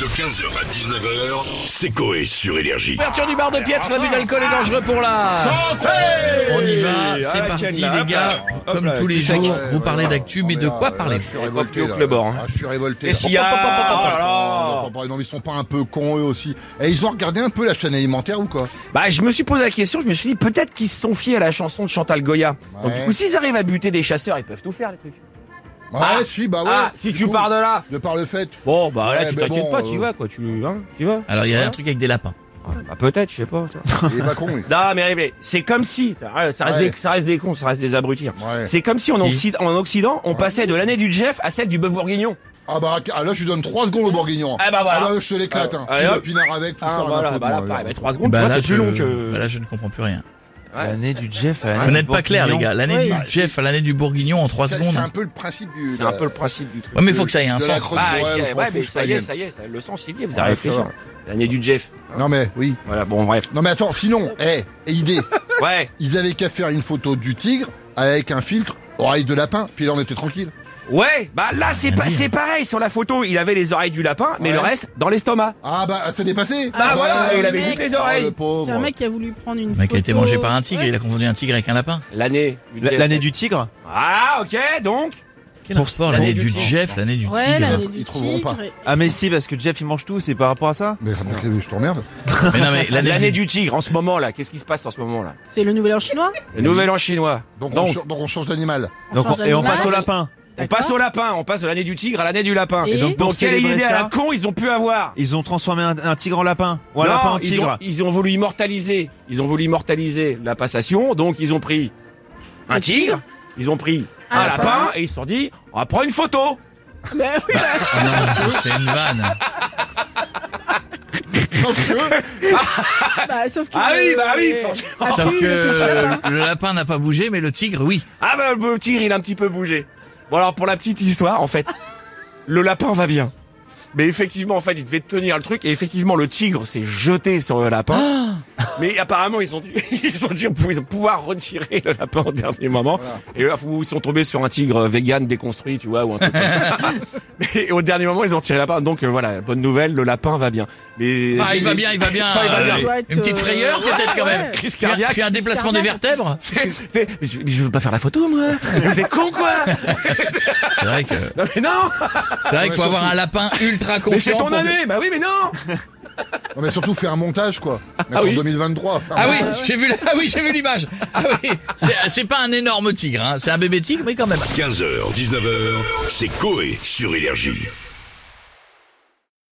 De 15h à 19h, c'est Coé sur Énergie. Ouverture du bar de Pietre, l'abus d'alcool est dangereux pour la... On y va, c'est parti les gars. Comme tous les jours, vous parlez d'actu, mais de quoi Je parlez-vous suis révolté. plus haut là. que le bord, hein. Ah, je suis révolté. Qu'est-ce qu'il y a Oh, oh, oh, oh, oh, oh, Alors oh, oh, oh, Non, mais ils sont pas un peu cons eux aussi. Et ils ont regardé un peu la chaîne alimentaire ou quoi Bah, je me suis posé la question, je me suis dit, peut-être qu'ils se sont fiés à la chanson de Chantal Goya. Donc, Ouais. du coup, s'ils arrivent à buter des chasseurs, ils peuvent tout faire, les trucs. Ouais, Ah, si, bah ouais. ah, si du tu coup, pars de là. De par le fait. Bon, bah, là, Ouais, tu mais t'inquiètes bon, pas, euh, tu vas, quoi, tu, hein, tu vas. Alors il y a un truc avec des lapins. Ah, Bah, peut-être, je sais pas. ça. Il est pas con, lui. non, mais rêvez, c'est comme si, ça, ça reste Ouais. des, ça reste des cons, ça reste des abrutis. hein. Ouais. C'est comme si en, Si. Occid- en Occident, on passait de l'année du Jeff à celle du bœuf bourguignon. Ah bah ah, là, je lui donne 3 secondes au bourguignon. Ah bah voilà. je te l'éclate. hein. allez, Puis le hop. pinard avec, tout ça. Ah, rien à voilà, foutre, bah là, moi, pareil, ouais. bah, trois secondes, Bah, tu vois, là, c'est plus je- long que... bah, là, je ne comprends plus rien. Ouais, L'année du Jeff à Vous l'année n'êtes du pas clair les Bourguignon. gars, l'année Oui. du Jeff à l'année du Bourguignon en 3 C'est- secondes. C'est un peu le principe du. C'est la- un peu le principe du truc. Ouais mais faut que ça ait un de la sens. crotte Bah, de ouais, Noël, je m'en ouais, fous, mais je ça la y est, gagne. ça y est, ça- le sens il y est, vous Ouais, avez réfléchi. ça va. L'année du Jeff. Non mais oui. Voilà, bon, bref. Non mais attends, sinon, eh, idée. Ouais. Ils avaient qu'à faire une photo du tigre avec un filtre oreille de lapin. Puis là, on était tranquille. Ouais, bah là, c'est rien pas, dit, c'est hein. pareil. Sur la photo, il avait les oreilles du lapin, mais Ouais. le reste, dans l'estomac. Ah bah, ça dépassé. Bah Ah, voilà, c'est il un avait mec. juste les Ah, le oreilles. pauvre. C'est un mec qui a voulu prendre une Le mec photo. a été mangé par un tigre, Ouais. il a confondu un tigre avec un lapin. L'année du L- Jeff. L'année du tigre Ah, ok, donc. Quel rapport l'année du Jeff, l'année du Ouais, tigre l'année Ils du trouveront tigre. pas. et- Ah mais si, parce que Jeff il mange tout, c'est par rapport à ça Mais mais je t'emmerde. Mais non, mais l'année L'année du... du tigre, en ce moment là. Qu'est-ce qui se passe en ce moment là? C'est le nouvel an chinois Le nouvel an chinois. Donc, on, Donc. cha- donc on change d'animal. Donc, change on- Et on d'animal. Bah passe au lapin. On D'accord. passe au lapin. On passe de l'année du tigre à l'année du lapin. Et donc, pour donc, quelle célébrer idée à la ça- con ils ont pu avoir? Ils ont transformé un, un tigre en lapin. Ou un Non, lapin en ils ont, tigre. ils ont voulu immortaliser. Ils ont voulu immortaliser la passation. Donc ils ont pris un Le tigre. tigre, ils ont pris un, Un lapin, lapin. et ils se sont dit on va prendre une photo. Bah oui, bah, Ah non, c'est une vanne. Sauf que, bah, sauf que. Ah oui, bah oui, euh, forcément. la Sauf pub, le petit lapin. que le lapin n'a pas bougé, mais le tigre, oui. Ah bah le tigre il a un petit peu bougé. Bon alors pour la petite histoire en fait, le lapin va bien. Mais effectivement en fait il devait tenir le truc et effectivement le tigre s'est jeté sur le lapin. Ah Mais apparemment ils ont dû, ils ont dû ils ont pouvoir retirer le lapin au dernier moment. Et là ils sont tombés sur un tigre vegan déconstruit tu vois ou un truc comme ça. Mais au dernier moment ils ont retiré le lapin donc euh, voilà bonne nouvelle le lapin va bien. Mais Ah, il va bien, il va bien. Enfin, il va Euh, bien. Ça doit être, Une petite euh, frayeur, peut-être, quand même. ouais. Crise Puis un- cardiaque. Puis un déplacement des vertèbres. C'est- c'est- mais je, mais je veux pas faire la photo moi. Vous êtes con quoi C'est vrai que Non mais non. c'est vrai qu'il faut Ouais, avoir un lapin ultra confiant. Mais c'est ton pour- année. Bah oui mais non. non mais surtout faire un montage quoi. Mais en Ah oui. 2023. faire un Ah oui, montage. j'ai vu, ah oui, j'ai vu l'image. Ah oui, c'est, c'est pas un énorme tigre, hein. c'est un bébé tigre, mais quand même. 15h, 19h, c'est Coé sur Énergie.